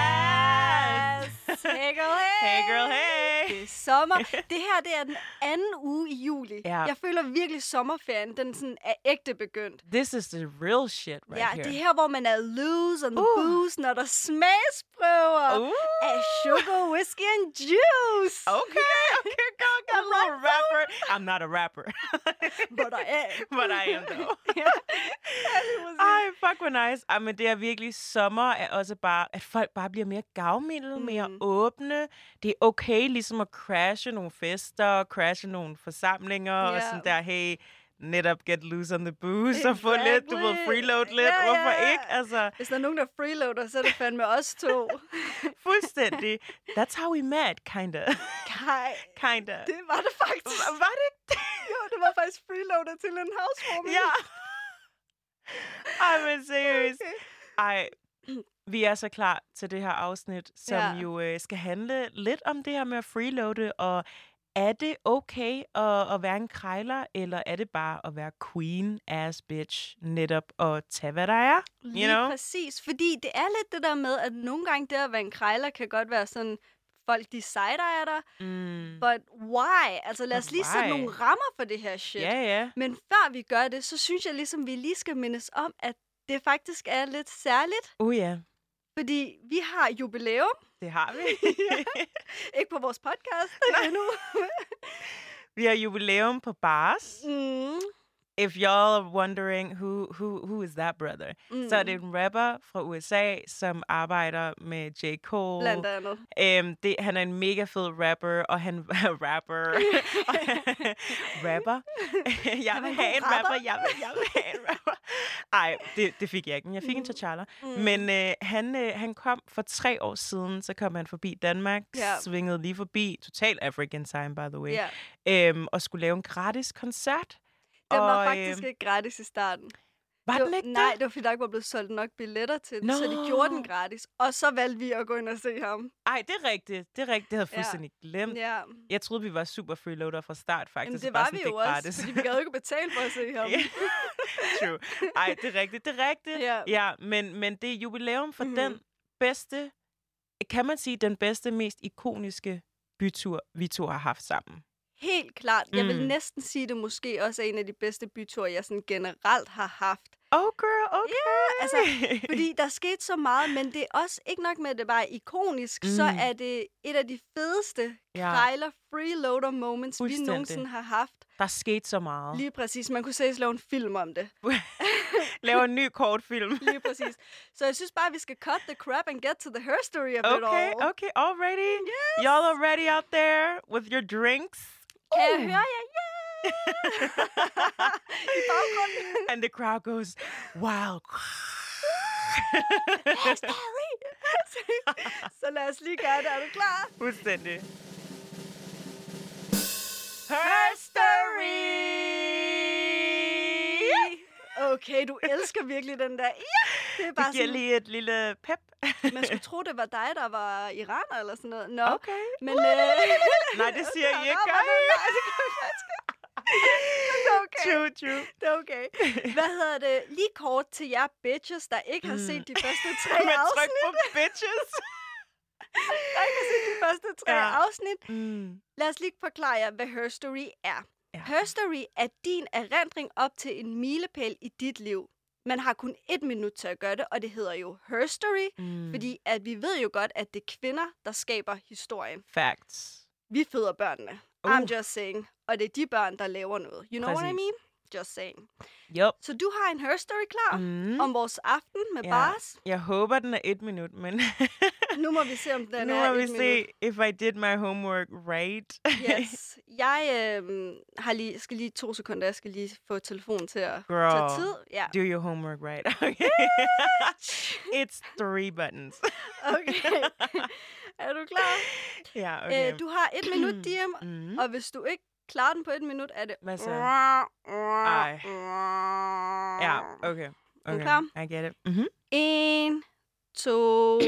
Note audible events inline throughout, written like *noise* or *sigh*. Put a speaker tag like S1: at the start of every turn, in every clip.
S1: Yes!
S2: Hey girl, hey!
S1: *laughs* Hey girl,
S2: Det
S1: hey!
S2: er sommer. Det her, det er den anden uge i juli.
S1: Ja.
S2: Jeg føler virkelig sommerferien, den sådan er ægte begyndt.
S1: This is the real shit right
S2: ja,
S1: here.
S2: det er her, hvor man er loose on the
S1: Uh.
S2: booze, når der smagsprøver
S1: Ooh.
S2: af sugar, whiskey and juice. *laughs*
S1: Okay, okay, go, go.
S2: I
S1: I'm not a rapper. I'm not a
S2: like *laughs*
S1: rapper.
S2: But I
S1: *laughs*
S2: am.
S1: But I am, though.
S2: *laughs* ja. ja, lige præcis.
S1: Ej, fuck, hvor nice. Ej, men det er virkelig sommer, er også bare, at folk bare bliver mere gavmilde, mm. mere
S2: Mm.
S1: åbne. Det er okay ligesom at crashe nogle fester, crashe nogle forsamlinger, yeah. og
S2: Ja.
S1: sådan der, hey, netop get loose on the
S2: *laughs*
S1: booze, og få lidt, du må
S2: Exactly.
S1: freeload lidt.
S2: Ja,
S1: Hvorfor
S2: ja, ja.
S1: ikke? Altså,
S2: Hvis der er nogen, der freeloader, så er det fandme os
S1: *laughs*
S2: to.
S1: fuldstændig. That's how we met, kinda.
S2: Nej,
S1: kinda.
S2: det var det faktisk.
S1: Var det ikke det?
S2: *laughs* Jo, det var faktisk freeloader til en housewarming.
S1: Ja. Ej, men seriøst.
S2: Okay.
S1: Ej, vi er så klar til det her afsnit, som
S2: Ja.
S1: jo øh, skal handle lidt om det her med at freeloade, og er det okay at, at være en krejler, eller er det bare at være queen ass bitch, netop og tage, hvad der er?
S2: Lige
S1: know?
S2: præcis, fordi det er lidt det der med, at nogle gange det at være en krejler kan godt være sådan, folk de sejder af dig,
S1: Mm.
S2: but why? Altså lad
S1: But
S2: os lige sætte
S1: why?
S2: nogle rammer for det her shit.
S1: Ja, ja.
S2: Men før vi gør det, så synes jeg ligesom, vi lige skal mindes om, at det faktisk er lidt særligt,
S1: Uh, ja.
S2: fordi vi har jubilæum,
S1: Det har
S2: *laughs*
S1: vi.
S2: ikke på vores
S1: *laughs*
S2: podcast endnu.
S1: vi har jubilæum på bars.
S2: mm,
S1: If y'all are wondering who, who, who is that brother, mm. så er det en rapper fra USA, som arbejder med J. Cole.
S2: blandt andet.
S1: Øhm, det, han er en mega fed rapper, og han *laughs*
S2: *laughs*
S1: rapper. rapper? *laughs* jeg
S2: Han var
S1: vil
S2: en
S1: have
S2: god
S1: en rapper.
S2: rapper.
S1: Jeg vil, jeg vil have en rapper. Ej, det, det fik jeg ikke, men jeg fik en
S2: Mm-hmm.
S1: T'Challa. Men øh, han, øh, han kom for tre år siden, så kom han forbi Danmark,
S2: Ja.
S1: svingede lige forbi, total African time, by the way,
S2: Ja.
S1: øhm, og skulle lave en gratis koncert.
S2: Den var
S1: Og,
S2: faktisk
S1: øhm,
S2: ikke gratis i starten.
S1: Var
S2: Det
S1: den
S2: var-
S1: ikke
S2: Nej,
S1: det?
S2: det var fordi, der ikke var blevet solgt nok billetter til den, så de gjorde den
S1: Nå.
S2: gratis. Og så valgte vi at gå ind og se ham.
S1: Ej, det er rigtigt. Det er rigtigt. Det havde jeg
S2: Ja.
S1: fuldstændig glemt.
S2: Ja,
S1: Jeg troede, vi var super freeloader fra start, faktisk.
S2: Jamen,
S1: og
S2: det
S1: bare
S2: var
S1: sådan,
S2: vi
S1: det er
S2: jo også,
S1: gratis. *laughs*
S2: fordi vi gad jo ikke betale for at se ham.
S1: Ja. True. Ej, det er rigtigt, det er rigtigt.
S2: Ja.
S1: ja men, men det er jubilæum for
S2: Mhm.
S1: mm-hmm. den bedste, kan man sige, den bedste, mest ikoniske bytur, vi to har haft sammen.
S2: Helt klart. Jeg vil
S1: Mm.
S2: næsten sige, det måske også er en af de bedste byture, jeg sådan generelt har haft.
S1: Oh girl, okay. Yeah,
S2: altså, Fordi der skete så meget, men det er også ikke nok med, at det bare er ikonisk, mm. så
S1: Mm.
S2: er det et af de fedeste
S1: Ja.
S2: krejler freeloader moments, vi
S1: Fuldstændig.
S2: nogensinde har haft.
S1: *laughs* der skete så meget.
S2: Lige præcis. Man kunne seriøst lave en film om det.
S1: *laughs* Laver en ny *laughs* kortfilm.
S2: Lige præcis. Så jeg synes bare, at vi skal cut the crap and get to the her story of it
S1: Okay,
S2: all.
S1: okay, already? Yes. Y'all are ready out there with your *laughs* drinks?
S2: Kan jeg
S1: Uh.
S2: høre jer? Yeah! *laughs* I baggrunden.
S1: And the crowd goes, wow.
S2: Harry! *laughs* så lad os lige gøre det. Er du klar?
S1: Fuldstændig. Her story!
S2: Okay, du elsker virkelig den der. Ja! Det er bare
S1: Det giver
S2: sådan,
S1: lige et lille pep.
S2: man skulle tro, det var dig, der var iraner eller sådan noget. Nå,
S1: Okay.
S2: men...
S1: *laughs*
S2: Øh,
S1: Nej, det siger I ikke,
S2: *laughs* Nå,
S1: gør
S2: nej, nej,
S1: I?
S2: nej,
S1: *laughs*
S2: det gør jeg faktisk ikke. Men det er okay.
S1: True, true.
S2: Det er okay. Hvad hedder det? Lige kort til jer bitches, der ikke har set de
S1: *laughs*
S2: første tre
S1: Mm. Med tryk
S2: afsnit.
S1: på bitches.
S2: Der ikke har set de første tre
S1: Ja.
S2: afsnit.
S1: Mm.
S2: Lad os lige forklare jer, hvad Her Story er.
S1: Ja.
S2: Ja. Her Story er din erindring op til en milepæl i dit liv. Man har kun et minut til at gøre det, og det hedder jo Her Story,
S1: Mm.
S2: mm. fordi at vi ved jo godt, at det er kvinder, der skaber historien.
S1: Facts.
S2: Vi føder børnene.
S1: Uh.
S2: Uh. I'm just saying. Og det er de børn, der laver noget. You know what I
S1: Præcis.
S2: mean? Just saying.
S1: Yup.
S2: Så du har en Her Story klar
S1: Mm.
S2: mm. om vores aften med
S1: Ja.
S2: yeah. bars. *laughs*
S1: Jeg håber, den er et minut, men *laughs*
S2: Nu må vi se, om den
S1: nu
S2: er
S1: må vi
S2: et minut.
S1: se, if I did my homework right.
S2: Yes. Jeg øh, har lige, skal lige to sekunder, jeg skal lige få telefonen til at tage
S1: Girl.
S2: tid.
S1: *laughs*
S2: Ja.
S1: *laughs*
S2: *laughs*
S1: Do your homework right. Okay. it's three buttons. *laughs*
S2: Okay. *laughs* er du klar?
S1: Ja, okay.
S2: Okay. Øh, du har et
S1: *clears throat*
S2: minut, Diem,
S1: mm.
S2: og hvis du ikke klarer den på et minut, er det...
S1: Hvad så? Altså, Ej.
S2: Ej.
S1: Ja, okay.
S2: Er du
S1: Okay,
S2: klar?
S1: I get it. Mm-hmm.
S2: En, to,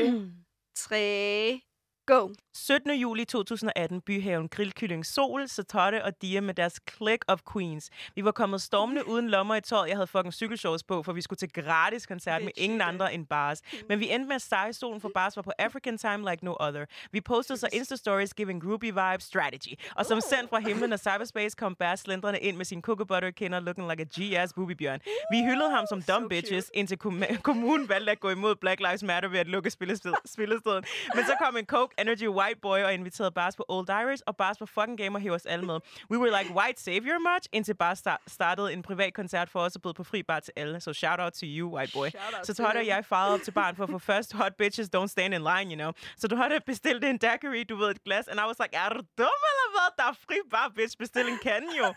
S2: tre, go.
S1: 17. juli 2018, byhaven Grillkylling Sol, Satotte og Dia med deres Click of Queens. Vi var kommet stormende uden lommer i tøjet. Jeg havde fucking cykelshorts på, for vi skulle til gratis koncert med
S2: Bitch,
S1: ingen
S2: det er
S1: andre end bars. Men vi endte med at sejre solen, for bars var på African time like no other. Vi postede så Insta-stories giving groupie vibe strategy. Og som sendt fra himlen og cyberspace kom bars slendrende ind med sin cookie butter kender looking like a G-ass boobiebjørn. Vi hyldede ham som dumb
S2: so
S1: bitches, indtil kom- *laughs* kommunen valgte at gå imod Black Lives Matter ved at lukke spillested- spillestedet. Men så kom en Coke Energy White Boy og inviterede Bars på Old Irish, og Bars på fucking game og hævde os alle med. We were like, white savior much? Indtil Bars star- startede en privat koncert for os og bød på fri bar til alle. Så shout out to you, white boy.
S2: Shout out
S1: Så
S2: to
S1: Todd og
S2: you.
S1: jeg farede op til baren for at få først hot bitches don't stand in line, you know. Så Todd bestilte en daiquiri, du ved, et glas, and I was like, er du dum eller hvad? Der er fri bar, bitch. Bestil en kan jo.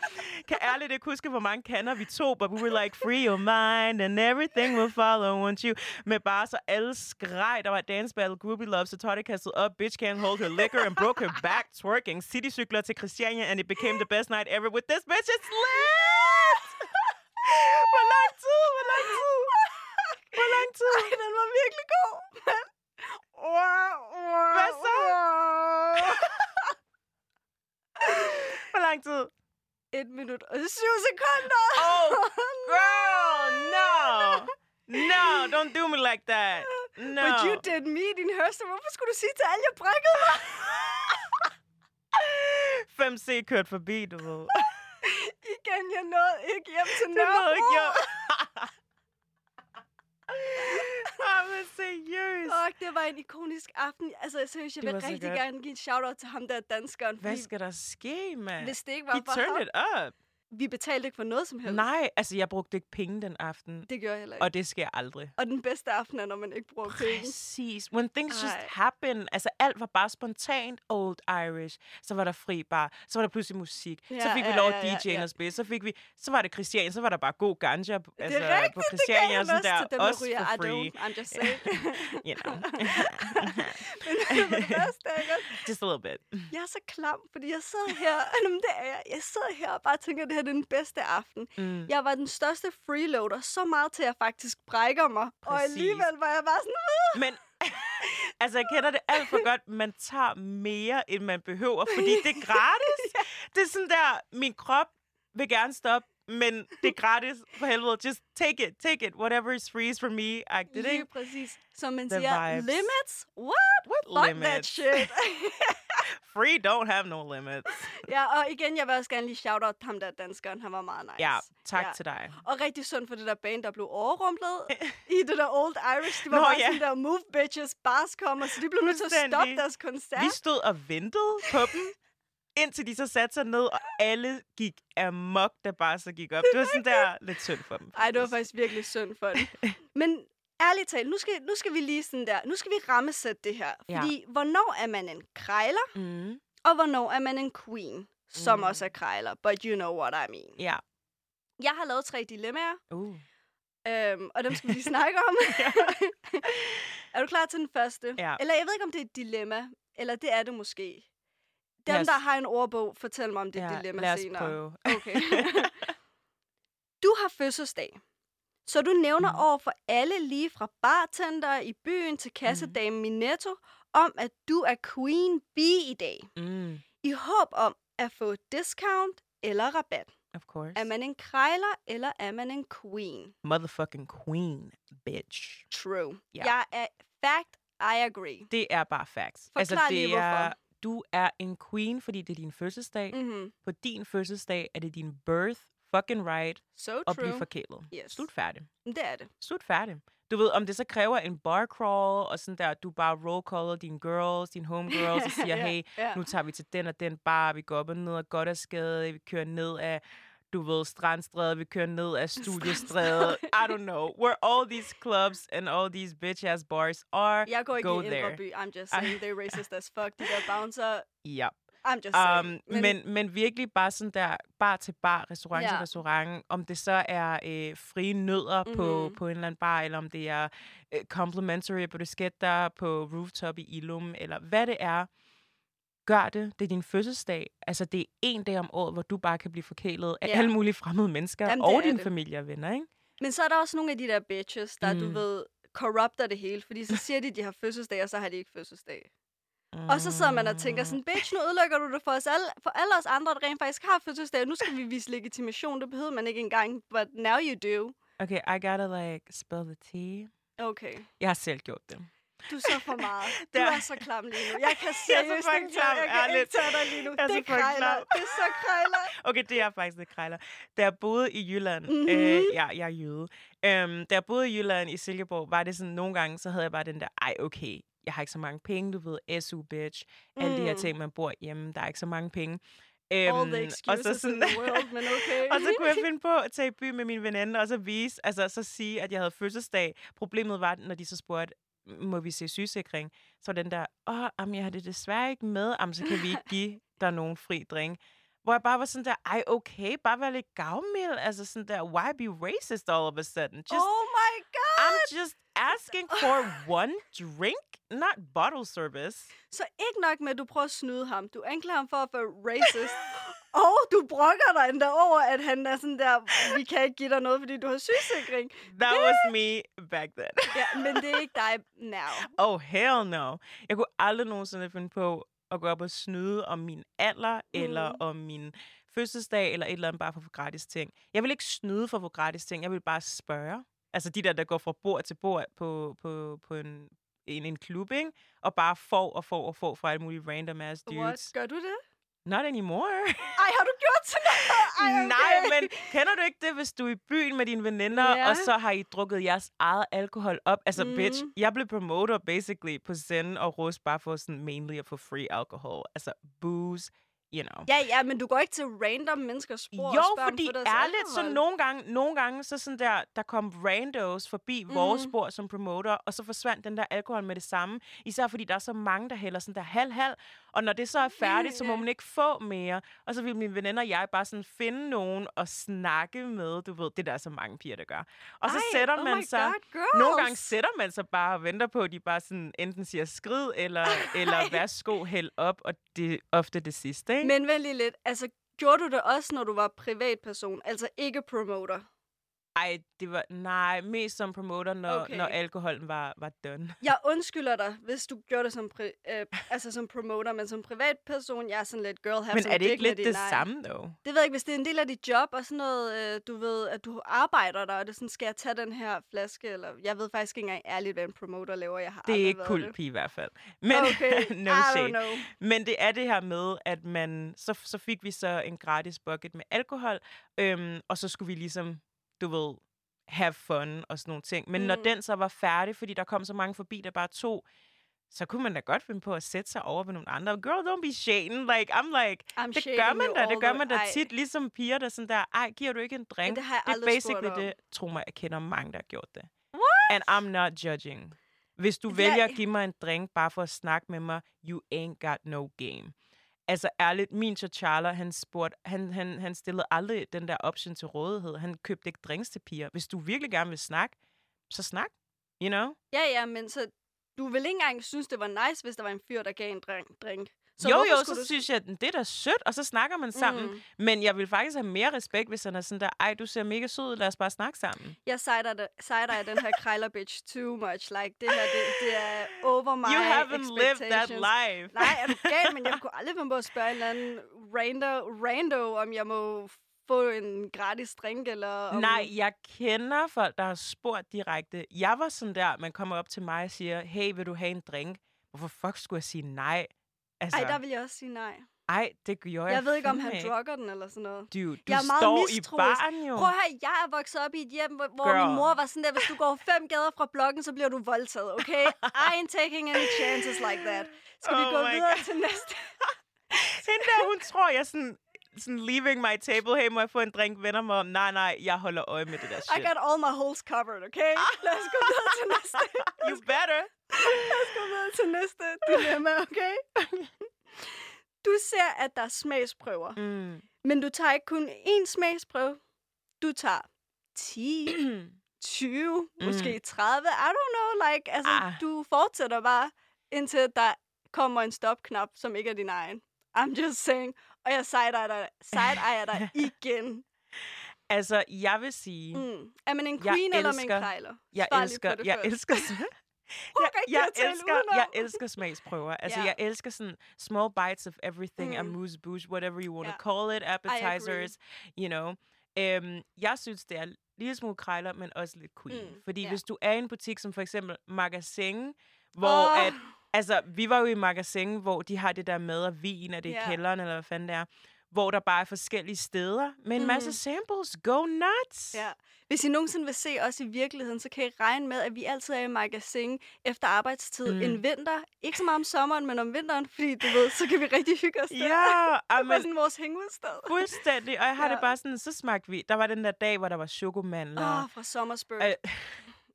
S1: kan ærligt ikke huske, hvor mange kander vi tog, but we were like, free your mind, and everything will follow once you. Med bare så alle skreg, der var et dance battle, groupie love, så Todd kastede op, bitch can't hold her liquor, and broke her back, twerking, citycykler til Christiania, and it became the best night ever with this bitch.
S2: *laughs*
S1: It's lit! *laughs* hvor lang tid, hvor lang tid? Hvor lang tid?
S2: Ej, den var virkelig god, men...
S1: Hvad så? *laughs* Hvor lang tid?
S2: Et minut og syv sekunder. *laughs*
S1: Oh, Girl, no! No, don't do me like that. No.
S2: But you did me i din hørste. Hvorfor skulle du sige til alle, jeg brækkede
S1: *laughs*
S2: mig?
S1: 5C kørte forbi, du ved.
S2: Igen, jeg nåede ikke hjem til
S1: Det
S2: Nørrebro.
S1: nåede ikke jeg. *laughs* Ej, men seriøst.
S2: Og det var en ikonisk aften. Altså, jeg seriøst, jeg
S1: Det
S2: vil
S1: var så
S2: rigtig
S1: godt.
S2: gerne give en shout-out til ham der danskeren.
S1: Hvad
S2: fordi
S1: skal der ske, mand?
S2: Hvis det ikke var
S1: He
S2: for
S1: turned
S2: ham,
S1: it up.
S2: vi betalte ikke for noget som helst.
S1: Nej, altså jeg brugte ikke penge den aften.
S2: Det gjorde jeg heller ikke.
S1: Og det sker aldrig.
S2: Og den bedste aften er, når man ikke bruger penge.
S1: Præcis. When things just
S2: Ej.
S1: happen. Altså, alt var bare spontant Old Irish. Så var der fri bar. Så var der pludselig musik. Ja, så
S2: Ja,
S1: fik vi
S2: ja,
S1: lov at
S2: ja, ja,
S1: DJ'en
S2: ja.
S1: og spille. Så, fik vi, så var det Christian. Så var der bare god ganja på- altså,
S2: det er rigtigt,
S1: på
S2: det gav
S1: Christiania.
S2: han
S1: og sådan
S2: også
S1: der.
S2: til dem, der
S1: også
S2: ryger.
S1: for
S2: I
S1: free.
S2: don't, I'm just saying.
S1: *laughs*
S2: *laughs*
S1: You know. *laughs*
S2: Men det bedste er, ikke?
S1: just a little bit.
S2: jeg er så klam, fordi jeg sidder her, *laughs* Jamen, det er jeg. jeg sidder her og bare tænker, at det her det er den bedste aften.
S1: Mm.
S2: Jeg var den største freeloader, så meget til at jeg faktisk brækker mig. Og
S1: Præcis.
S2: alligevel var jeg bare sådan, "Åh!"
S1: Men altså, jeg kender det alt for godt. Man tager mere, end man behøver, fordi det er
S2: *laughs*
S1: gratis. Det er sådan der, min krop vil gerne stoppe, men det er gratis for helvede. Just take it, take it. Whatever is free is for me. Agtigt, ikke?
S2: lige præcis. Som man
S1: The
S2: siger,
S1: vibes.
S2: limits? What?
S1: What
S2: Fuck
S1: limits?
S2: that shit. *laughs*
S1: Free don't have no limits.
S2: ja, og igen, jeg vil også gerne lige shout-out ham der danskeren, han var meget nice.
S1: Ja, tak
S2: Ja.
S1: ja. til dig.
S2: Og rigtig synd for det der band, der blev overrumplet i det der Old Irish. Det var
S1: *laughs*
S2: Nå,
S1: Nå,
S2: bare
S1: ja.
S2: sådan der, move bitches, bars kommer, så de blev nødt til at stoppe
S1: Fuldstændig.
S2: deres koncert.
S1: Vi stod og ventede på dem, indtil de så satte sig ned, og alle gik amok, der bare så gik op. Det var sådan der lidt synd for dem.
S2: Ej, det var faktisk virkelig synd
S1: *laughs*
S2: for det. Men ærligt talt, nu skal, nu skal vi lige sådan der, nu skal vi rammesætte det her.
S1: Ja.
S2: Fordi, hvornår er man en krejler,
S1: Mm.
S2: og hvornår er man en queen, som
S1: Mm.
S2: mm. også er krejler. But you know what I mean.
S1: Ja.
S2: Jeg har lavet tre dilemmaer,
S1: Uh.
S2: øhm, og dem skal vi
S1: *laughs*
S2: lige snakke om. *laughs* er du klar til den første?
S1: Ja.
S2: Eller jeg ved ikke, om det er et dilemma, eller det er det måske. Dem,
S1: Lad os-
S2: der har en ordbog, fortæl mig, om det er et
S1: Ja,
S2: dilemma
S1: lad os
S2: senere.
S1: prøve. *laughs*
S2: Okay. *laughs* du har fødselsdag, så du nævner mm. over for alle lige fra bartender i byen til kassedamen mm. i Netto, om at du er queen bee i dag.
S1: Mm,
S2: I håb om at få discount eller rabat.
S1: of course.
S2: Er man en krejler, eller er man en queen?
S1: Motherfucking queen, bitch.
S2: True.
S1: Ja.
S2: Jeg er fact, I agree.
S1: Det er bare facts. Altså,
S2: Forklar lige,
S1: det
S2: hvorfor.
S1: er, du er en queen, fordi det er din fødselsdag. Mm.
S2: Mm-hmm.
S1: På din fødselsdag er det din birth fucking right
S2: So
S1: at
S2: true.
S1: blive forkælet.
S2: Yes.
S1: Slut færdig.
S2: Det er det.
S1: slut færdig. Du ved, om det så kræver en bar crawl, og sådan der, at du bare roll caller dine girls, dine
S2: *laughs*
S1: homegirls, og siger,
S2: Ja,
S1: hey,
S2: ja.
S1: nu tager vi til den og den bar, vi går op og ned og godt af skade, vi kører ned af, du ved, Strandstræde, vi kører ned af Studiestræde, I don't know, where all these clubs and all these bitch-ass bars
S2: *laughs*
S1: are,
S2: Jeg går ikke
S1: go
S2: i Indre
S1: there.
S2: By. I'm just saying, they're racist as fuck. De
S1: *laughs*
S2: der bouncer,
S1: Ja.
S2: I'm just saying.
S1: Um, men, men, men virkelig bare sådan der, bar til bar, restaurant til
S2: Ja.
S1: restaurant, om det så er øh, frie nødder mm-hmm. på, på en eller anden bar, eller om det er øh, complimentary bruschetta på rooftop i Ilum, eller hvad det er, gør det. Det er din fødselsdag. Altså, det er en dag om året, hvor du bare kan blive forkælet af
S2: Ja.
S1: ja. alle mulige fremmede mennesker
S2: Jamen,
S1: Jamen,
S2: det er
S1: og din
S2: det.
S1: familie og venner, ikke?
S2: Men så er der også nogle af de der bitches, der, mm. du
S1: Mm.
S2: ved, corrupter det hele. Fordi så siger de, de har fødselsdag, og så har de ikke fødselsdag. Mm. Og så sidder man og tænker sådan,
S1: Ah.
S2: bitch, nu ødelægger du det for os alle, for alle os andre, der rent faktisk har fødselsdag. og Nu skal vi vise legitimation, det behøver man ikke engang. But now you do.
S1: Mm. Okay, I gotta like spell the tea.
S2: Okay,
S1: Jeg har selv gjort det.
S2: du så for
S1: *laughs*
S2: meget. Du
S1: Der-
S2: er så klam lige nu. Jeg kan
S1: *laughs* Jeg er så
S2: seriøst
S1: fucking
S2: ikke tage,
S1: klam,
S2: jeg kan ikke
S1: ærligt.
S2: tage dig lige nu.
S1: Jeg er så
S2: Det
S1: fucking
S2: krejler.
S1: klam.
S2: Det er så krejler.
S1: Okay, det er faktisk lidt krejler. Da jeg boede i Jylland,
S2: Mhm.
S1: mm-hmm. øh, jeg, jeg er jøde, øhm, da jeg boede i Jylland i Silkeborg, var det sådan, nogle gange, så havde jeg bare den der, ej okay, jeg har ikke så mange penge, du ved, SU bitch, mm. alle de her
S2: Mm.
S1: ting, man bor hjemme, der er ikke så mange penge.
S2: All the
S1: Øhm,
S2: excuses
S1: *laughs*
S2: in the world, men okay.
S1: og så kunne
S2: *laughs*
S1: jeg finde på at tage i by med min veninde, og så vise, altså så sige, at jeg havde fødselsdag. Problemet var, når de så spurgte, må vi se sygesikring? Så var den der, åh, jamen, jeg har det desværre ikke med, jamen, så kan vi ikke give dig nogen fri drink. Hvor jeg bare var sådan der, ej, okay, bare vær lidt gavmild. Altså sådan der, why be racist all of a sudden? *laughs* Just,
S2: oh my god!
S1: I'm just asking for one drink, not bottle service.
S2: Så ikke nok med, at du prøver at snyde ham. Du anklager ham for at være
S1: *laughs*
S2: racist. og du brokker dig endda over, at han er sådan der, vi kan ikke give dig noget, fordi du har sygesikring.
S1: That was me back then. *laughs*
S2: Ja, men det er ikke dig now.
S1: Oh, hell no. Jeg kunne aldrig nogensinde finde på at gå op og snyde om min alder, mm. eller om min fødselsdag, eller et eller andet bare for at få gratis ting. Jeg vil ikke snyde for at få gratis ting, jeg vil bare spørge. Altså de der, der går fra bord til bord på, på, på en, en, en klub, ikke? Og bare får og får og får fra alle mulige random ass dudes.
S2: What? Gør du det?
S1: Not anymore.
S2: Ej, har du gjort sådan noget? *laughs* Ej, okay.
S1: Nej, men kender du ikke det, hvis du er i byen med dine veninder,
S2: Ja.
S1: og så har I drukket jeres eget alkohol op? Altså, mm. bitch,
S2: Mhm.
S1: jeg blev promoter basically på Zen og Rose bare for sådan mainly at få free alcohol. Altså, booze, you know.
S2: Ja, ja, men du går ikke til random menneskers spor og spørger
S1: Jo,
S2: dem
S1: fordi
S2: for deres
S1: ærligt, så
S2: alkohol.
S1: nogle gange, nogle gange, så sådan der, der kom randos forbi mm. vores
S2: Mhm.
S1: spor som promoter, og så forsvandt den der alkohol med det samme. Især fordi der er så mange, der hælder sådan der halv-halv, og når det så er færdigt, så må
S2: ja.
S1: man ikke få mere. Og så ville mine venner og jeg bare sådan finde nogen og snakke med, du ved, det der er så mange piger, der gør. Og så
S2: Ej,
S1: sætter
S2: oh
S1: man
S2: my
S1: sig...
S2: God, girls.
S1: Nogle gange sætter man sig bare og venter på, at de bare sådan enten siger skrid,
S2: *laughs*
S1: eller,
S2: Ej.
S1: eller værsgo, hæld op, og det er ofte det sidste, ikke?
S2: Men vent lige lidt. Altså, gjorde du det også, når du var privatperson? Altså ikke promoter?
S1: Ej, det var, nej, mest som promoter, når,
S2: Okay.
S1: okay. når alkoholen var, var done.
S2: Jeg undskylder dig, hvis du gjorde det som, pri- øh, altså som promoter, men som privatperson, jeg er sådan lidt girl, have
S1: Men
S2: some
S1: er det ikke lidt
S2: dignity,
S1: det
S2: nej.
S1: samme, dog?
S2: Det ved jeg ikke, hvis det er en del af dit job og sådan noget, øh, du ved, at du arbejder der, og det er sådan, skal jeg tage den her flaske, eller jeg ved faktisk ikke engang ærligt, hvad en promoter laver, jeg har
S1: Det
S2: aldrig
S1: er ikke
S2: været
S1: cool
S2: det.
S1: pige i hvert fald. Men,
S2: Okay,
S1: *laughs* no
S2: I don't
S1: shade.
S2: know.
S1: Men det er det her med, at man, så, så fik vi så en gratis bucket med alkohol, øhm, og så skulle vi ligesom, du ved, have fun og sådan nogle ting. Men mm. når
S2: Mm.
S1: den så var færdig, fordi der kom så mange forbi, der bare tog, så kunne man da godt finde på at sætte sig over ved nogle andre. Girl, don't be shading. Like, I'm like,
S2: I'm
S1: det
S2: shading
S1: gør
S2: you
S1: man da,
S2: all
S1: det gør
S2: the-
S1: man da
S2: Ej.
S1: tit, ligesom piger, der sådan der, ej, giver du ikke en drink?
S2: det har jeg
S1: det er
S2: aldrig spurgt
S1: basically
S2: om.
S1: det, tro mig, jeg kender mange, der har gjort det.
S2: What?
S1: And I'm not judging. Hvis du
S2: Ja,
S1: vælger at
S2: ja.
S1: give mig en drink bare for at snakke med mig, you ain't got no game. Altså ærligt, min Charla, han, spurgte, han, han, han stillede aldrig den der option til rådighed. Han købte ikke drinks til piger. Hvis du virkelig gerne vil snakke, så snak. You know?
S2: Ja, ja, men så du ville ikke engang synes, det var nice, hvis der var en fyr, der gav en drink. drink.
S1: Så jo,
S2: hvorfor
S1: jo,
S2: skulle
S1: så
S2: du-
S1: synes jeg, at det er da sødt, og så snakker man sammen.
S2: Mm.
S1: Mm. Men jeg vil faktisk have mere respekt, hvis han er sådan der, ej, du ser mega sød, ud, lad os bare snakke sammen.
S2: Jeg sejder, det- sejder af den her krejler bitch too much. Like, det her, det, det er over my
S1: you haven't lived that
S2: expectations.
S1: life.
S2: Nej, er du
S1: *laughs*
S2: gal, men jeg kunne aldrig finde på at spørge en eller anden rando, rando om jeg må få en gratis drink, eller om...
S1: Nej, jeg kender folk, der har spurgt direkte. Jeg var sådan der, man kommer op til mig og siger, hey, vil du have en drink? Hvorfor fuck skulle jeg sige nej? Altså,
S2: Ej, der vil jeg også sige nej.
S1: ej det gjorde jeg
S2: Jeg ved ikke, om
S1: fandme
S2: han drugger den, eller sådan noget.
S1: Dude, du
S2: Jeg er meget
S1: står i
S2: mistroisk.
S1: baren jo.
S2: Prøv at høre, jeg er vokset op i et hjem, hvor hvor min
S1: Girl.
S2: mor var sådan der, hvis du går fem gader fra blokken, så bliver du voldtaget,
S1: *laughs*
S2: okay? I ain't taking any chances like that. Skal vi
S1: Oh
S2: gå
S1: my
S2: videre
S1: God.
S2: til næste?
S1: Hende der, hun tror, jeg er sådan, sådan leaving my table. Hey, må jeg få en drink? Vender mig om. Nej, nej, jeg holder øje med det der
S2: I
S1: shit. Ah.
S2: got all my holes covered, okay? *laughs* Lad os gå videre til næste.
S1: *laughs* You better.
S2: Lad os gå videre til næste dilemma, okay? Du ser, at der er smagsprøver,
S1: Mm.
S2: men du tager ikke kun én smagsprøve. Du tager
S1: *clears throat*
S2: 10, 20, måske 30, I don't know, like, altså,
S1: Mm. Ah.
S2: du fortsætter bare, indtil der kommer en stopknap, som ikke er din egen. I'm just saying. Og jeg side-ejer dig, side-ejer
S1: *laughs*
S2: dig igen.
S1: Altså, jeg vil sige, mm.
S2: Mm. Er man en
S1: Jeg
S2: queen eller man
S1: elsker-
S2: en krejler?
S1: jeg
S2: Svar lige
S1: elsker,
S2: på det
S1: jeg
S2: først.
S1: elsker,
S2: Hun kan ikke
S1: jeg,
S2: lide at tale
S1: elsker,
S2: udenom.
S1: jeg elsker
S2: *laughs*
S1: smagsprøver. Altså,
S2: Ja.
S1: jeg elsker sådan small bites of everything, mm.
S2: Mm.
S1: amuse bouche, whatever you want to
S2: Ja.
S1: call it, appetizers, you know. Øhm, jeg synes, det er en lille smule krejler, men også lidt queen. Mm.
S2: Mm,
S1: Fordi
S2: ja.
S1: hvis du er i en butik, som for eksempel Magasin, hvor oh. at
S2: Åh.
S1: Altså, vi var jo i magasin, hvor de har det der med at vin, og det er yeah.
S2: Ja.
S1: kælderen, eller hvad fanden det er. Hvor der bare er forskellige steder med en mm. masse samples. Go nuts!
S2: Mm-hmm. Ja. Hvis I nogensinde vil se os i virkeligheden, så kan I regne med, at vi altid er i magasin efter arbejdstid
S1: Mm.
S2: mm. en vinter. Ikke så meget om sommeren, men om vinteren, fordi du ved, så kan vi rigtig hygge os der.
S1: Ja,
S2: *laughs* Det var
S1: amen,
S2: sådan vores hængeudstad.
S1: fuldstændig. Og jeg har ja.
S2: Ja.
S1: det bare sådan, så smagte vi. Der var den der dag, hvor der var
S2: Åh,
S1: chokomandler.
S2: oh, fra Sommersburg.
S1: Oh. Øh,
S2: *laughs*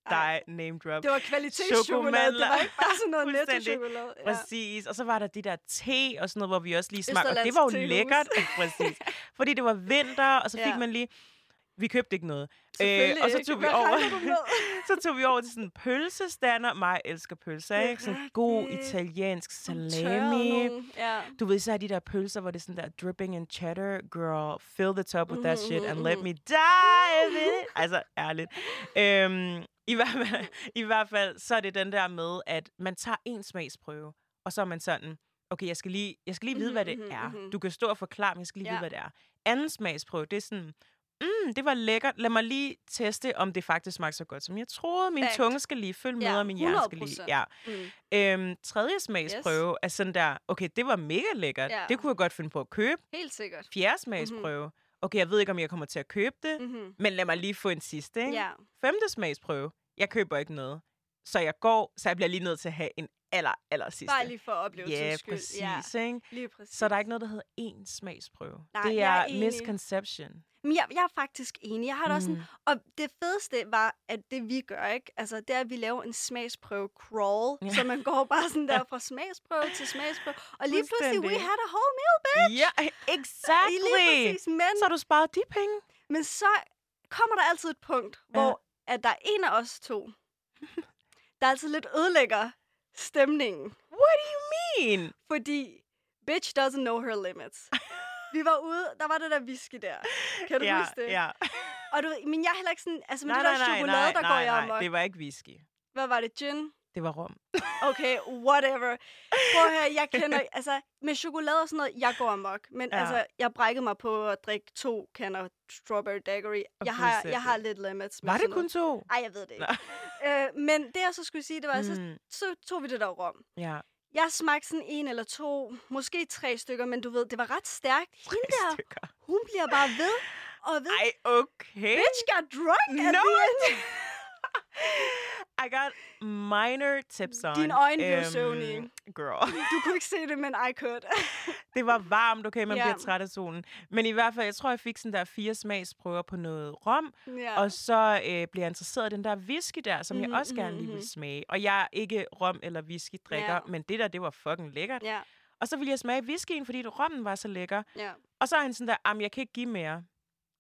S2: Ej,
S1: dig, name drop.
S2: Det var kvalitetschokolade. Det
S1: Chokomandler.
S2: var ikke bare sådan noget
S1: *laughs* Fuldstændig.
S2: netto-chokolade. Ja.
S1: Præcis. Og så var der de der te og sådan noget, hvor vi også lige smagte. Og det
S2: Østerlandsk
S1: var jo
S2: tehus.
S1: lækkert.
S2: *laughs*
S1: Præcis. Fordi det var vinter, og så fik ja.
S2: Ja.
S1: man lige... Vi købte ikke noget. Øh,
S2: Selvfølgelig
S1: og så
S2: ikke.
S1: tog vi
S2: Hvad
S1: over.
S2: regner du med?
S1: *laughs* så tog vi over til sådan en pølsestander. Mig elsker pølser,
S2: Det er
S1: ikke? Sådan god
S2: rigtigt.
S1: italiensk
S2: Tørrede
S1: salami.
S2: nogen. Ja.
S1: Du ved, så er de der pølser, hvor det er sådan der dripping and cheddar. Girl, fill the top with that
S2: Mhm,
S1: shit and
S2: mhm,
S1: let
S2: mhm.
S1: me die of it. Altså, ærligt. Øhm, i, hvert fald, *laughs* I hvert fald, så er det den der med, at man tager en smagsprøve, og så er man sådan, okay, jeg skal lige, jeg skal lige vide, hvad det
S2: Mhm, mhm,
S1: er.
S2: mhm.
S1: Du kan stå og forklare, men jeg skal lige
S2: Ja.
S1: vide, hvad det er. Anden smagsprøve, det er sådan, mm, det var lækkert. Lad mig lige teste, om det faktisk smagte så godt, som jeg troede. Min
S2: Fact.
S1: tunge skal lige følge med,
S2: Ja,
S1: og min hjerne skal lige.
S2: 100%.
S1: Ja.
S2: Mm.
S1: Øhm, tredje smagsprøve yes. er sådan der, okay, det var mega lækkert.
S2: Ja. Mm-hmm.
S1: Det kunne jeg godt finde på at købe.
S2: Helt sikkert.
S1: Fjerde smagsprøve, okay, jeg ved ikke, om jeg kommer til at købe det,
S2: Mm-hmm.
S1: men lad mig lige få en sidste. Ikke?
S2: Ja.
S1: Femte smagsprøve, jeg køber ikke noget. Så jeg går, så jeg bliver lige nødt til at have en aller, aller sidste.
S2: Bare lige for at opleve
S1: ja,
S2: skyld.
S1: præcis. Ja. Ikke?
S2: lige præcis.
S1: Så der er ikke noget, der hedder én smagsprøve.
S2: Nej,
S1: det
S2: jeg er
S1: er
S2: enig.
S1: misconception.
S2: Men jeg, jeg er faktisk enig. Jeg har det også
S1: Mm.
S2: sådan, og det fedeste var, at det vi gør, ikke? Altså, det er, at vi laver en smagsprøve crawl,
S1: Ja.
S2: ja. så man går bare
S1: *laughs*
S2: sådan der fra smagsprøve til smagsprøve. Og lige pludselig, we
S1: Fuldstændig.
S2: had a whole meal, bitch!
S1: Ja,
S2: I lige
S1: exactly.
S2: præcis, men,
S1: Så har du sparet de penge.
S2: men så kommer der altid et punkt, hvor at der er en af os
S1: *laughs*
S2: to, der altid lidt ødelægger stemningen.
S1: What do you mean?
S2: Fordi bitch doesn't know her
S1: *laughs*
S2: limits. Vi var ude, der var det der whisky der. Kan du
S1: ja,
S2: huske det?
S1: ja.
S2: Og du, ved- men jeg er heller ikke sådan, altså med nej, det der chokolade, der går jeg amok.
S1: det var ikke whisky.
S2: Hvad var det, gin?
S1: Det var rom.
S2: Okay, whatever. Prøv at høre, jeg
S1: *laughs*
S2: kender, altså med chokolade og sådan noget, jeg går amok. Men
S1: Ja.
S2: ja. altså, jeg brækkede mig på at drikke to kander strawberry daiquiri. Jeg har, jeg har lidt limits med
S1: Var det
S2: sådan
S1: kun
S2: noget.
S1: to?
S2: Ej, jeg ved det
S1: Nå.
S2: ikke. *laughs* Øh, men det, jeg så skulle sige, det var, så,
S1: Mm,
S2: så tog vi det der rum.
S1: ja.
S2: Jeg smagte sådan en eller to, måske tre stykker, men du ved, det var ret stærkt. Hende der,
S1: Stykker.
S2: hun bliver bare ved og ved.
S1: Ej, okay.
S2: Bitch got drunk at
S1: No, I
S2: the end.
S1: I got minor tips on. øhm,
S2: Dine øjne blev søvnige.
S1: Girl. *laughs*
S2: Du kunne ikke se det, men I could. *laughs*
S1: Det var varmt, okay, man
S2: Ja.
S1: bliver træt af solen. Men i hvert fald, jeg tror, jeg fik sådan der fire smagsprøver på noget rom,
S2: ja.
S1: og så øh, bliver jeg interesseret i den der whisky der, som
S2: Mhm,
S1: jeg også gerne
S2: mhm,
S1: lige vil
S2: mhm.
S1: smage. Og jeg er ikke rom- eller whisky-drikker,
S2: Ja.
S1: men det der, det var fucking lækkert.
S2: ja,
S1: Og så ville jeg smage whiskyen, fordi rommen var så lækker.
S2: ja.
S1: Og så er han sådan der, jamen jeg kan ikke give mere.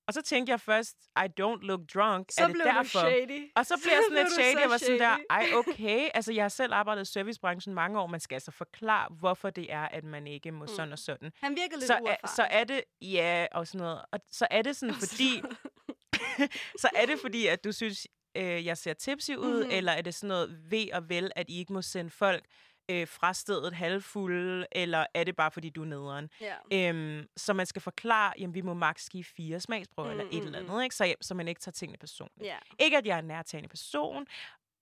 S1: Og så tænkte jeg først, I don't look drunk,
S2: Så
S1: er det
S2: blev
S1: derfor?
S2: du shady.
S1: Og så bliver jeg sådan
S2: blev
S1: lidt
S2: du
S1: shady,
S2: *laughs* så
S1: jeg var sådan der,
S2: shady.
S1: ej okay, altså jeg har selv arbejdet i servicebranchen mange år, man skal altså forklare, hvorfor det er, at man ikke
S2: Mm.
S1: må sådan og sådan.
S2: *laughs* Han virkede lidt
S1: Så er,
S2: uerfaren.
S1: så er det, ja, og sådan noget, og så er det sådan,
S2: Og sådan
S1: fordi, *laughs* så er det fordi, at du synes, øh, jeg ser tipsy ud,
S2: Mhm.
S1: eller er det sådan noget ved og vel, at I ikke må sende folk øh, fra stedet halvfulde, eller er det bare, fordi du er nederen?
S2: ja.
S1: Øhm, så man skal forklare, jamen vi må maks give fire smagsprøver mm,
S2: Mm,
S1: eller et
S2: mm,
S1: eller
S2: mm.
S1: andet, ikke? Så, jeg, så man ikke tager tingene personligt.
S2: ja.
S1: Yeah. Ikke at jeg er en nærtagende person,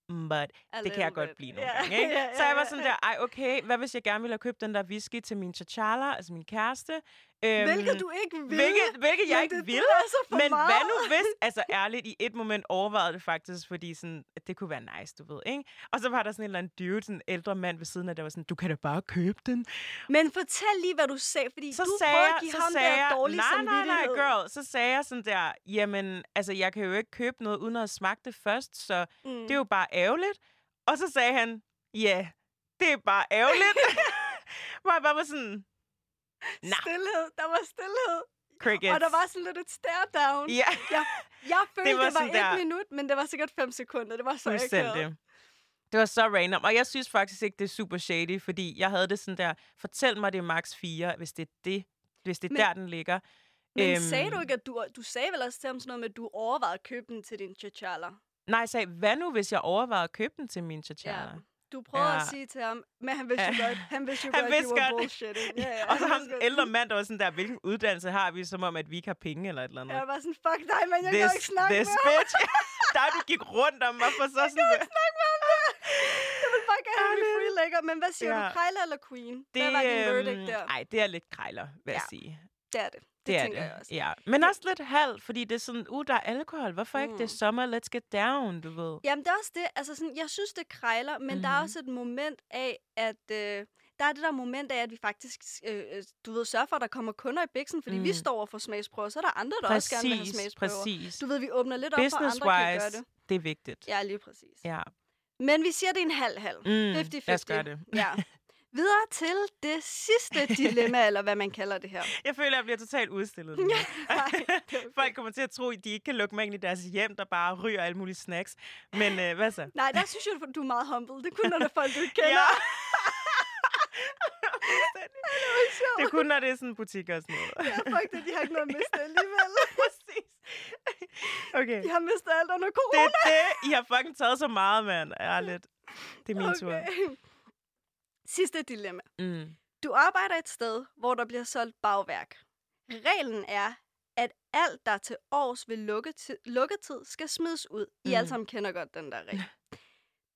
S1: but
S2: A
S1: det kan jeg
S2: little
S1: godt
S2: bit.
S1: blive nogle
S2: Ja, *laughs*
S1: gange. Ikke?
S2: ja, ja,
S1: så jeg var
S2: ja,
S1: sådan
S2: ja.
S1: der, ej okay, hvad hvis jeg gerne ville have købt den der whisky til min chachala, altså min kæreste? Øhm,
S2: Hvilket du ikke ville.
S1: hvilket, hvilket jeg
S2: men
S1: ikke
S2: det- det
S1: ville.
S2: var så for
S1: Men
S2: meget.
S1: hvad nu hvis,
S2: *laughs*
S1: altså ærligt, i et moment overvejede det faktisk, fordi sådan, at det kunne være nice, du ved, ikke? Og så var der sådan en eller anden dude, sådan en ældre mand ved siden af, der var sådan, du kan da bare købe den.
S2: Men fortæl lige, hvad du sagde, fordi
S1: så
S2: du
S1: sagde
S2: prøver
S1: jeg,
S2: at give
S1: så
S2: ham
S1: sagde
S2: der
S1: jeg,
S2: dårlig
S1: nej, nej, nej,
S2: samvittighed.
S1: girl, så sagde jeg sådan der, jamen, altså, jeg kan jo ikke købe noget uden at smage det først, så mm. det er jo bare ærgerligt. Og så sagde han, ja, yeah, det er bare ærgerligt. *laughs* Hvor jeg bare var sådan, nej,
S2: Stilhed. Der var stillhed.
S1: crickets.
S2: Og der var sådan lidt et stare down.
S1: Ja,
S2: *laughs* Jeg følte, det
S1: var
S2: var, det var
S1: sådan
S2: et
S1: der-
S2: minut, men det var sikkert fem sekunder. Det var så akavet.
S1: fuldstændig. Det var så random, og jeg synes faktisk ikke, det er super shady, fordi jeg havde det sådan der, fortæl mig, det er max 4, hvis det er det, hvis det er
S2: Men-
S1: der, den ligger.
S2: Men
S1: Øhm.
S2: sagde du ikke, at du, du sagde vel også til ham sådan noget med, at du overvejede at købe den til din chachala?
S1: Nej, jeg sagde, hvad nu, hvis jeg overvejede at købe den til min chachala? Ja.
S2: Du prøver ja.
S1: Ja.
S2: at sige til ham, men han vidste jo
S1: Ja.
S2: godt, han vidste jo
S1: Han
S2: godt, at
S1: vidste
S2: du var
S1: godt.
S2: bullshitting. Ja,
S1: *laughs*
S2: ja,
S1: og så
S2: han
S1: ham
S2: vidste godt.
S1: ældre mand, der var sådan der, hvilken uddannelse har vi, som om, at vi ikke har penge eller et eller andet.
S2: Jeg var bare sådan, fuck dig, men jeg kan ikke snakke
S1: this
S2: med *laughs* ham.
S1: bitch. *laughs* der du gik rundt om mig for så sådan...
S2: Jeg
S1: *laughs*
S2: vil bare gerne have min
S1: Ærligt.
S2: free lækker. Men hvad siger ja.
S1: Ja.
S2: du, krejler eller queen? Det, hvad var din verdict der?
S1: Nej, øhm, det er lidt krejler, vil ja. jeg
S2: Ja.
S1: sige.
S2: Det er det. Det,
S1: Det, det er
S2: tænker
S1: det.
S2: jeg også.
S1: Ja. Men også lidt halv, fordi det er sådan, uh, der er alkohol. Hvorfor mm. ikke det er sommer? Let's get down, du ved.
S2: Jamen, det er også det. Altså, sådan, jeg synes, det krejler, men mm-hmm. der er
S1: Mhm.
S2: også et moment af, at... Øh, der er det der moment af, at vi faktisk, øh, øh, du ved, sørger for, at der kommer kunder i biksen, fordi mm. vi
S1: Mm.
S2: står og får smagsprøver, så er der andre, der også gerne vil have
S1: Præcis,
S2: smagsprøver.
S1: præcis.
S2: Du ved, vi åbner lidt op for, andre kan gøre
S1: Business-wise,
S2: det.
S1: det. det er vigtigt.
S2: Ja, lige præcis.
S1: ja.
S2: Men vi siger, det er en halv-halv.
S1: Mm,
S2: 50-50.
S1: lad os gøre det.
S2: Ja. Videre til det sidste
S1: *laughs*
S2: dilemma, eller hvad man kalder det her.
S1: Jeg føler, jeg bliver totalt udstillet. lige nu.
S2: *laughs* Nej, det er okay.
S1: *laughs* Folk kommer til at tro, at de ikke kan lukke mig ind i deres hjem, der bare ryger alle mulige snacks. Men øh,
S2: *laughs*
S1: hvad så?
S2: Nej, der synes jeg, du er meget humble. Det er kun, når der er folk, du ikke kender. *laughs* Ja.
S1: det er kun, når det er sådan butikker og sådan noget.
S2: Ja, fuck det, de har ikke noget
S1: *laughs*
S2: at miste alligevel.
S1: Præcis. Okay.
S2: De har mistet alt under
S1: Det
S2: corona.
S1: er det. I har fucking taget så meget, mand. Ærligt. Det er min tur.
S2: Okay. Sidste dilemma.
S1: Mm.
S2: Du arbejder et sted, hvor der bliver solgt bagværk. Reglen er, at alt, der er til års ved lukketid, lukketid skal smides ud. I
S1: Mm.
S2: alle sammen kender godt den der regel.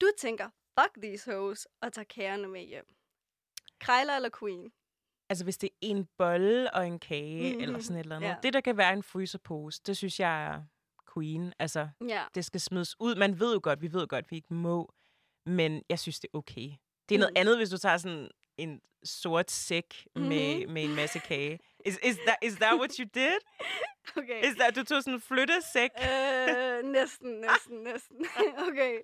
S2: Du tænker, fuck these hoes, og tager kærerne med hjem. Krejler eller queen?
S1: Altså, hvis det er en bolle og en kage, mm. eller
S2: Mhm.
S1: sådan et eller andet.
S2: Ja.
S1: Ja. Det, der kan være en fryserpose, det synes jeg er queen. Altså,
S2: Ja.
S1: det skal smides ud. Man ved jo godt, vi ved godt, vi ikke må. Men jeg synes, det er okay. Det er noget
S2: Mm.
S1: andet, hvis du tager sådan en sort sæk med,
S2: Mm-hmm.
S1: med en masse kage. Is, is, that, is that what you did?
S2: Okay.
S1: Is that, du tog sådan en flyttesæk?
S2: Øh, næsten, næsten, næsten. *laughs* Okay.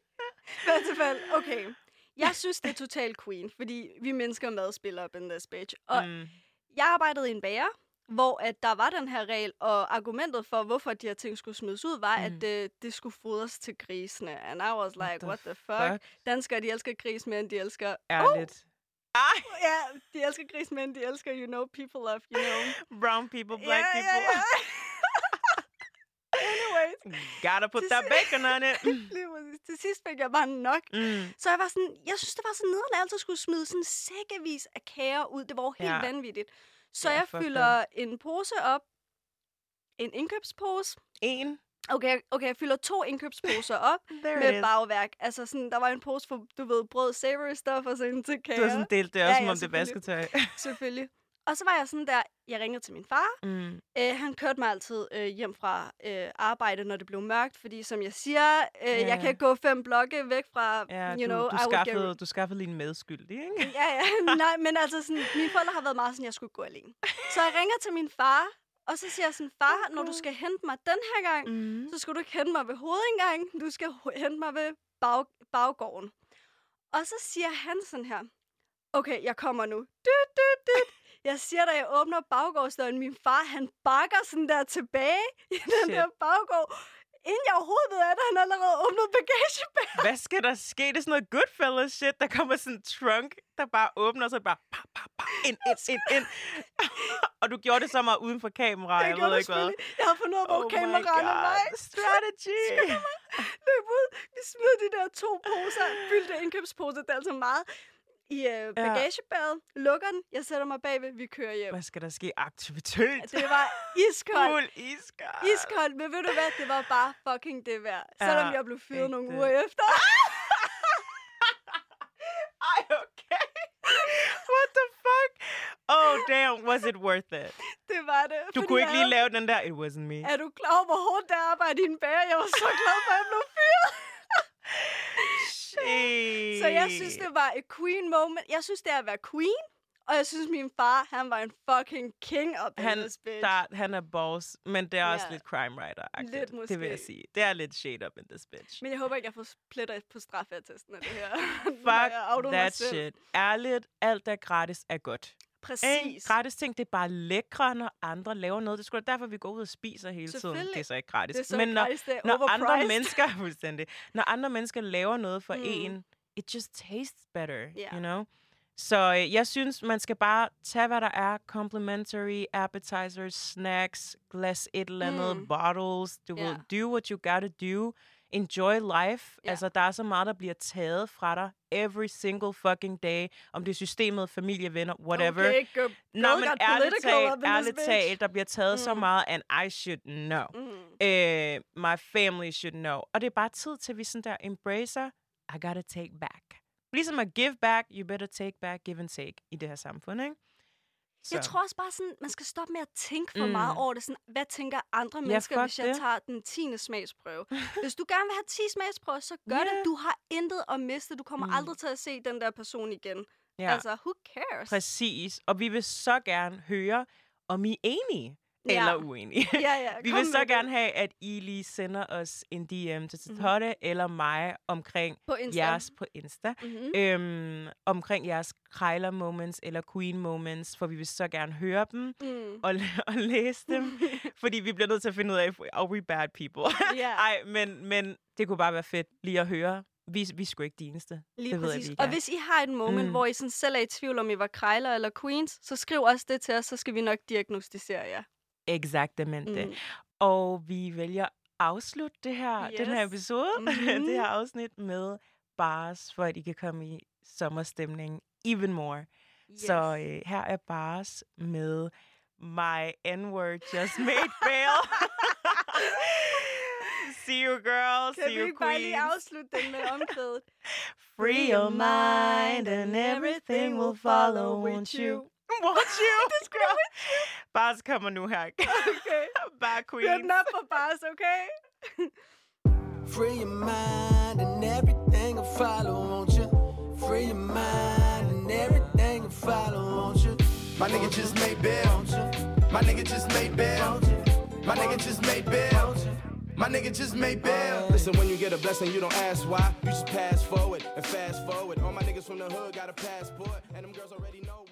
S2: Fald til fald. Okay. Jeg synes, det er total queen, fordi vi mennesker mad spiller op in this bitch. Og mm.
S1: Mm.
S2: jeg arbejdede i en bager, hvor at der var den her regel, og argumentet for, hvorfor de her ting skulle smides ud, var, mm. at øh, det skulle fodres til grisene. And I was like, what the, what the fuck? fuck? Danskere, de elsker gris mere, end de elsker...
S1: Ærligt. Ej,
S2: Oh, ja, de elsker gris mere, end de elsker, you know, people of, you *laughs* know.
S1: brown people, black
S2: ja,
S1: people.
S2: Ja, *laughs* ja. Anyways.
S1: *laughs* Gotta put
S2: Det
S1: that
S2: ser-
S1: bacon on
S2: *laughs*
S1: it.
S2: Lige præcis. Til sidst fik jeg bare nok.
S1: Mm.
S2: Så jeg var sådan, jeg synes, det var så nederen, at jeg altid skulle smide sådan sækkevis af kager ud. Det var jo helt ja.
S1: Ja.
S2: vanvittigt. Så ja,
S1: Ja,
S2: jeg
S1: fuck
S2: fylder en pose op. En indkøbspose.
S1: En.
S2: Okay, okay, jeg fylder to indkøbsposer
S1: *laughs*
S2: op
S1: There it
S2: med
S1: is.
S2: bagværk. Altså sådan, der var en pose for, du ved, brød, savory stuff og sådan til kager.
S1: Du har sådan *laughs* delt det
S2: Ja,
S1: også,
S2: ja,
S1: som om det er
S2: selvfølgelig.
S1: vasketøj. *laughs*
S2: Selvfølgelig. Og så var jeg sådan der, jeg ringede til min far,
S1: Mm.
S2: Øh, han kørte mig altid øh, hjem fra øh, arbejde, når det blev mørkt, fordi som jeg siger, øh, yeah. jeg
S1: Ja.
S2: kan gå fem blokke væk fra,
S1: Ja,
S2: you
S1: du,
S2: know,
S1: du,
S2: I would
S1: skaffede,
S2: get...
S1: du skaffede lige en medskyldig, ikke?
S2: Ja, ja, *laughs* nej, men altså, sådan, mine forældre har været meget sådan, jeg skulle gå alene. Så jeg ringer til min far, og så siger jeg sådan, far, når du skal hente mig den her gang,
S1: Mm.
S2: så skal du ikke hente mig ved hovedindgangen, du skal ho- hente mig ved bag, baggården. Og så siger han sådan her, okay, jeg kommer nu. Dyt, dyt, dyt. Jeg siger, da jeg åbner baggårdsdøren, min far, han bakker sådan der tilbage i den
S1: Shit.
S2: der baggård. Inden jeg overhovedet ved, at han allerede åbnet bagagebæren.
S1: Hvad skal der ske? Det er sådan noget Goodfellas shit. Der kommer sådan en trunk, der bare åbner, og så bare pa, pa, pa, ind, ind, ind, ind. og du gjorde det så meget uden for kamera, jeg,
S2: Jeg, gjorde
S1: ved
S2: det
S1: ikke hvad. Oh
S2: selvfølgelig. Jeg havde fundet ud af, hvor
S1: my
S2: kameraerne
S1: God.
S2: var. *laughs*
S1: Strategy!
S2: løb ud. Vi smed de der to poser, fyldte indkøbsposer, det er altså meget, i øh, bagagebæret. Lukker den, jeg sætter mig bagved, vi kører hjem.
S1: Hvad skal der ske? Aktivitet!
S2: Det var iskoldt.
S1: Fuld iskar.
S2: Iskoldt, men ved du hvad, det var bare fucking det værd.
S1: Ja,
S2: Selvom jeg blev fyret
S1: ikke
S2: nogle
S1: det.
S2: uger efter. *laughs*
S1: Ej, okay. What the fuck? Oh, damn, was it worth it?
S2: Det var det.
S1: Du
S2: fordi
S1: kunne
S2: jeg
S1: ikke lige
S2: havde-
S1: lave den der, it wasn't me.
S2: Er du klar over, hvor hårdt det er at arbejde i en bager? Jeg var så glad for, at jeg blev fyret.
S1: Shit.
S2: Så jeg synes, det var et queen moment. Jeg synes, det er at være queen. Og jeg synes, min far, han var en fucking king up in
S1: han,
S2: this bitch.
S1: der, han er boss, men det er også
S2: Ja.
S1: lidt crime writer
S2: Lidt
S1: -agtigt. Det vil jeg
S2: måske.
S1: sige. Det er lidt shade up in this bitch.
S2: Men jeg håber ikke, jeg får pletter på straffattesten af det
S1: *laughs*
S2: her. Når
S1: Fuck
S2: jeg outer mig
S1: that
S2: selv.
S1: shit. Ærligt, alt der er gratis er godt. Ikke?
S2: Præcis.
S1: Gratis ting, det er bare lækre, når andre laver noget. Det er sgu da derfor, vi går ud og spiser hele tiden. Det er
S2: Selvfølgelig.
S1: så ikke gratis.
S2: Det er så
S1: men
S2: ikke
S1: når,
S2: gratis, det er
S1: når andre *laughs*
S2: overpriced.
S1: mennesker, fuldstændig, når andre mennesker laver noget for
S2: Mm.
S1: en, it just tastes better,
S2: Ja.
S1: you know? Så øh, jeg synes, man skal bare tage, hvad der er. Complimentary, appetizers, snacks, glas et eller andet,
S2: Mm.
S1: mm. bottles. Du
S2: Ja.
S1: yeah. ved, do what you gotta do. Enjoy life.
S2: Ja.
S1: Yeah. Altså, der er så meget, der bliver taget fra dig every single fucking day. Om det er systemet, familie, venner, whatever.
S2: Okay, go,
S1: Nå, men
S2: got
S1: ærligt
S2: political up
S1: talt,
S2: in this
S1: ærligt
S2: bitch.
S1: talt, der bliver taget mm. så
S2: Mm.
S1: meget, and I should know.
S2: Mm.
S1: Øh, my family should know. Og det er bare tid til, at vi sådan der embracer, I gotta take back. Ligesom at give back, you better take back, give and take i det her samfund, ikke?
S2: Jeg tror også bare sådan, man skal stoppe med at tænke for mm.
S1: Mm.
S2: meget over det. Sådan, hvad tænker andre mennesker,
S1: fuck
S2: hvis jeg
S1: det.
S2: tager den 10.
S1: *laughs*
S2: smagsprøve? hvis du gerne vil have 10 smagsprøver, så gør yeah.
S1: Ja.
S2: det. Du har intet at miste. Du kommer mm.
S1: Mm.
S2: aldrig til at se den der person igen.
S1: ja,
S2: Ja. Altså, who cares?
S1: præcis. Og vi vil så gerne høre, om I er enige
S2: Ja.
S1: eller uenige.
S2: Ja, ja.
S1: *laughs* Vi
S2: kom
S1: vil så
S2: med det.
S1: gerne have, at I lige sender os en DM til Tatotte mm. eller mig omkring
S2: På Insta.
S1: jeres på Insta.
S2: Mm-hmm.
S1: øhm, omkring jeres krejler moments eller queen moments, for vi vil så gerne høre dem
S2: Mm.
S1: og, *laughs* og læse
S2: *laughs*
S1: dem, fordi vi bliver nødt til at finde ud af, are we bad people? *laughs*
S2: Ja.
S1: Ej, men, men det kunne bare være fedt lige at høre. Vi, vi er sgu ikke de eneste.
S2: Lige
S1: det
S2: det
S1: ved jeg,
S2: præcis.
S1: vi
S2: Jeg,
S1: ikke
S2: og
S1: er.
S2: hvis I har et moment, mm.
S1: Mm.
S2: hvor I sådan selv er i tvivl om, I var krejler eller queens, så skriv også det til os, så skal vi nok diagnostisere jer.
S1: Exactamente.
S2: Mm.
S1: Mm. Og vi vælger at afslutte det her, yes. den her
S2: Yes.
S1: episode, *laughs* mm-hmm.
S2: Mhm.
S1: det her afsnit med bars, for at I kan komme i sommerstemning even more. Yes. Så øh, her er bars med My N-word just made bail. *laughs* See you girl,
S2: kan
S1: see
S2: vi
S1: you
S2: ikke bare
S1: queen.
S2: lige afslutte den med
S1: *laughs*
S2: omkvædet?
S1: Free your mind and everything will follow, won't you? Won't
S2: *laughs*
S1: you? det skal you. Bars kommer nu her.
S2: Okay.
S1: *laughs* Bare
S2: Hør den
S1: queen.
S2: op for bars, okay?
S3: Free your mind and everything will follow, won't you? Free your mind and everything will follow, won't you?
S4: My nigga just made bail. My nigga just made bail. My nigga just made bail. My nigga just made bail.
S3: Uh.
S4: Listen, when you get a blessing, you don't ask why. You just pass forward and fast forward. All my niggas from the hood got a passport, and them girls already know.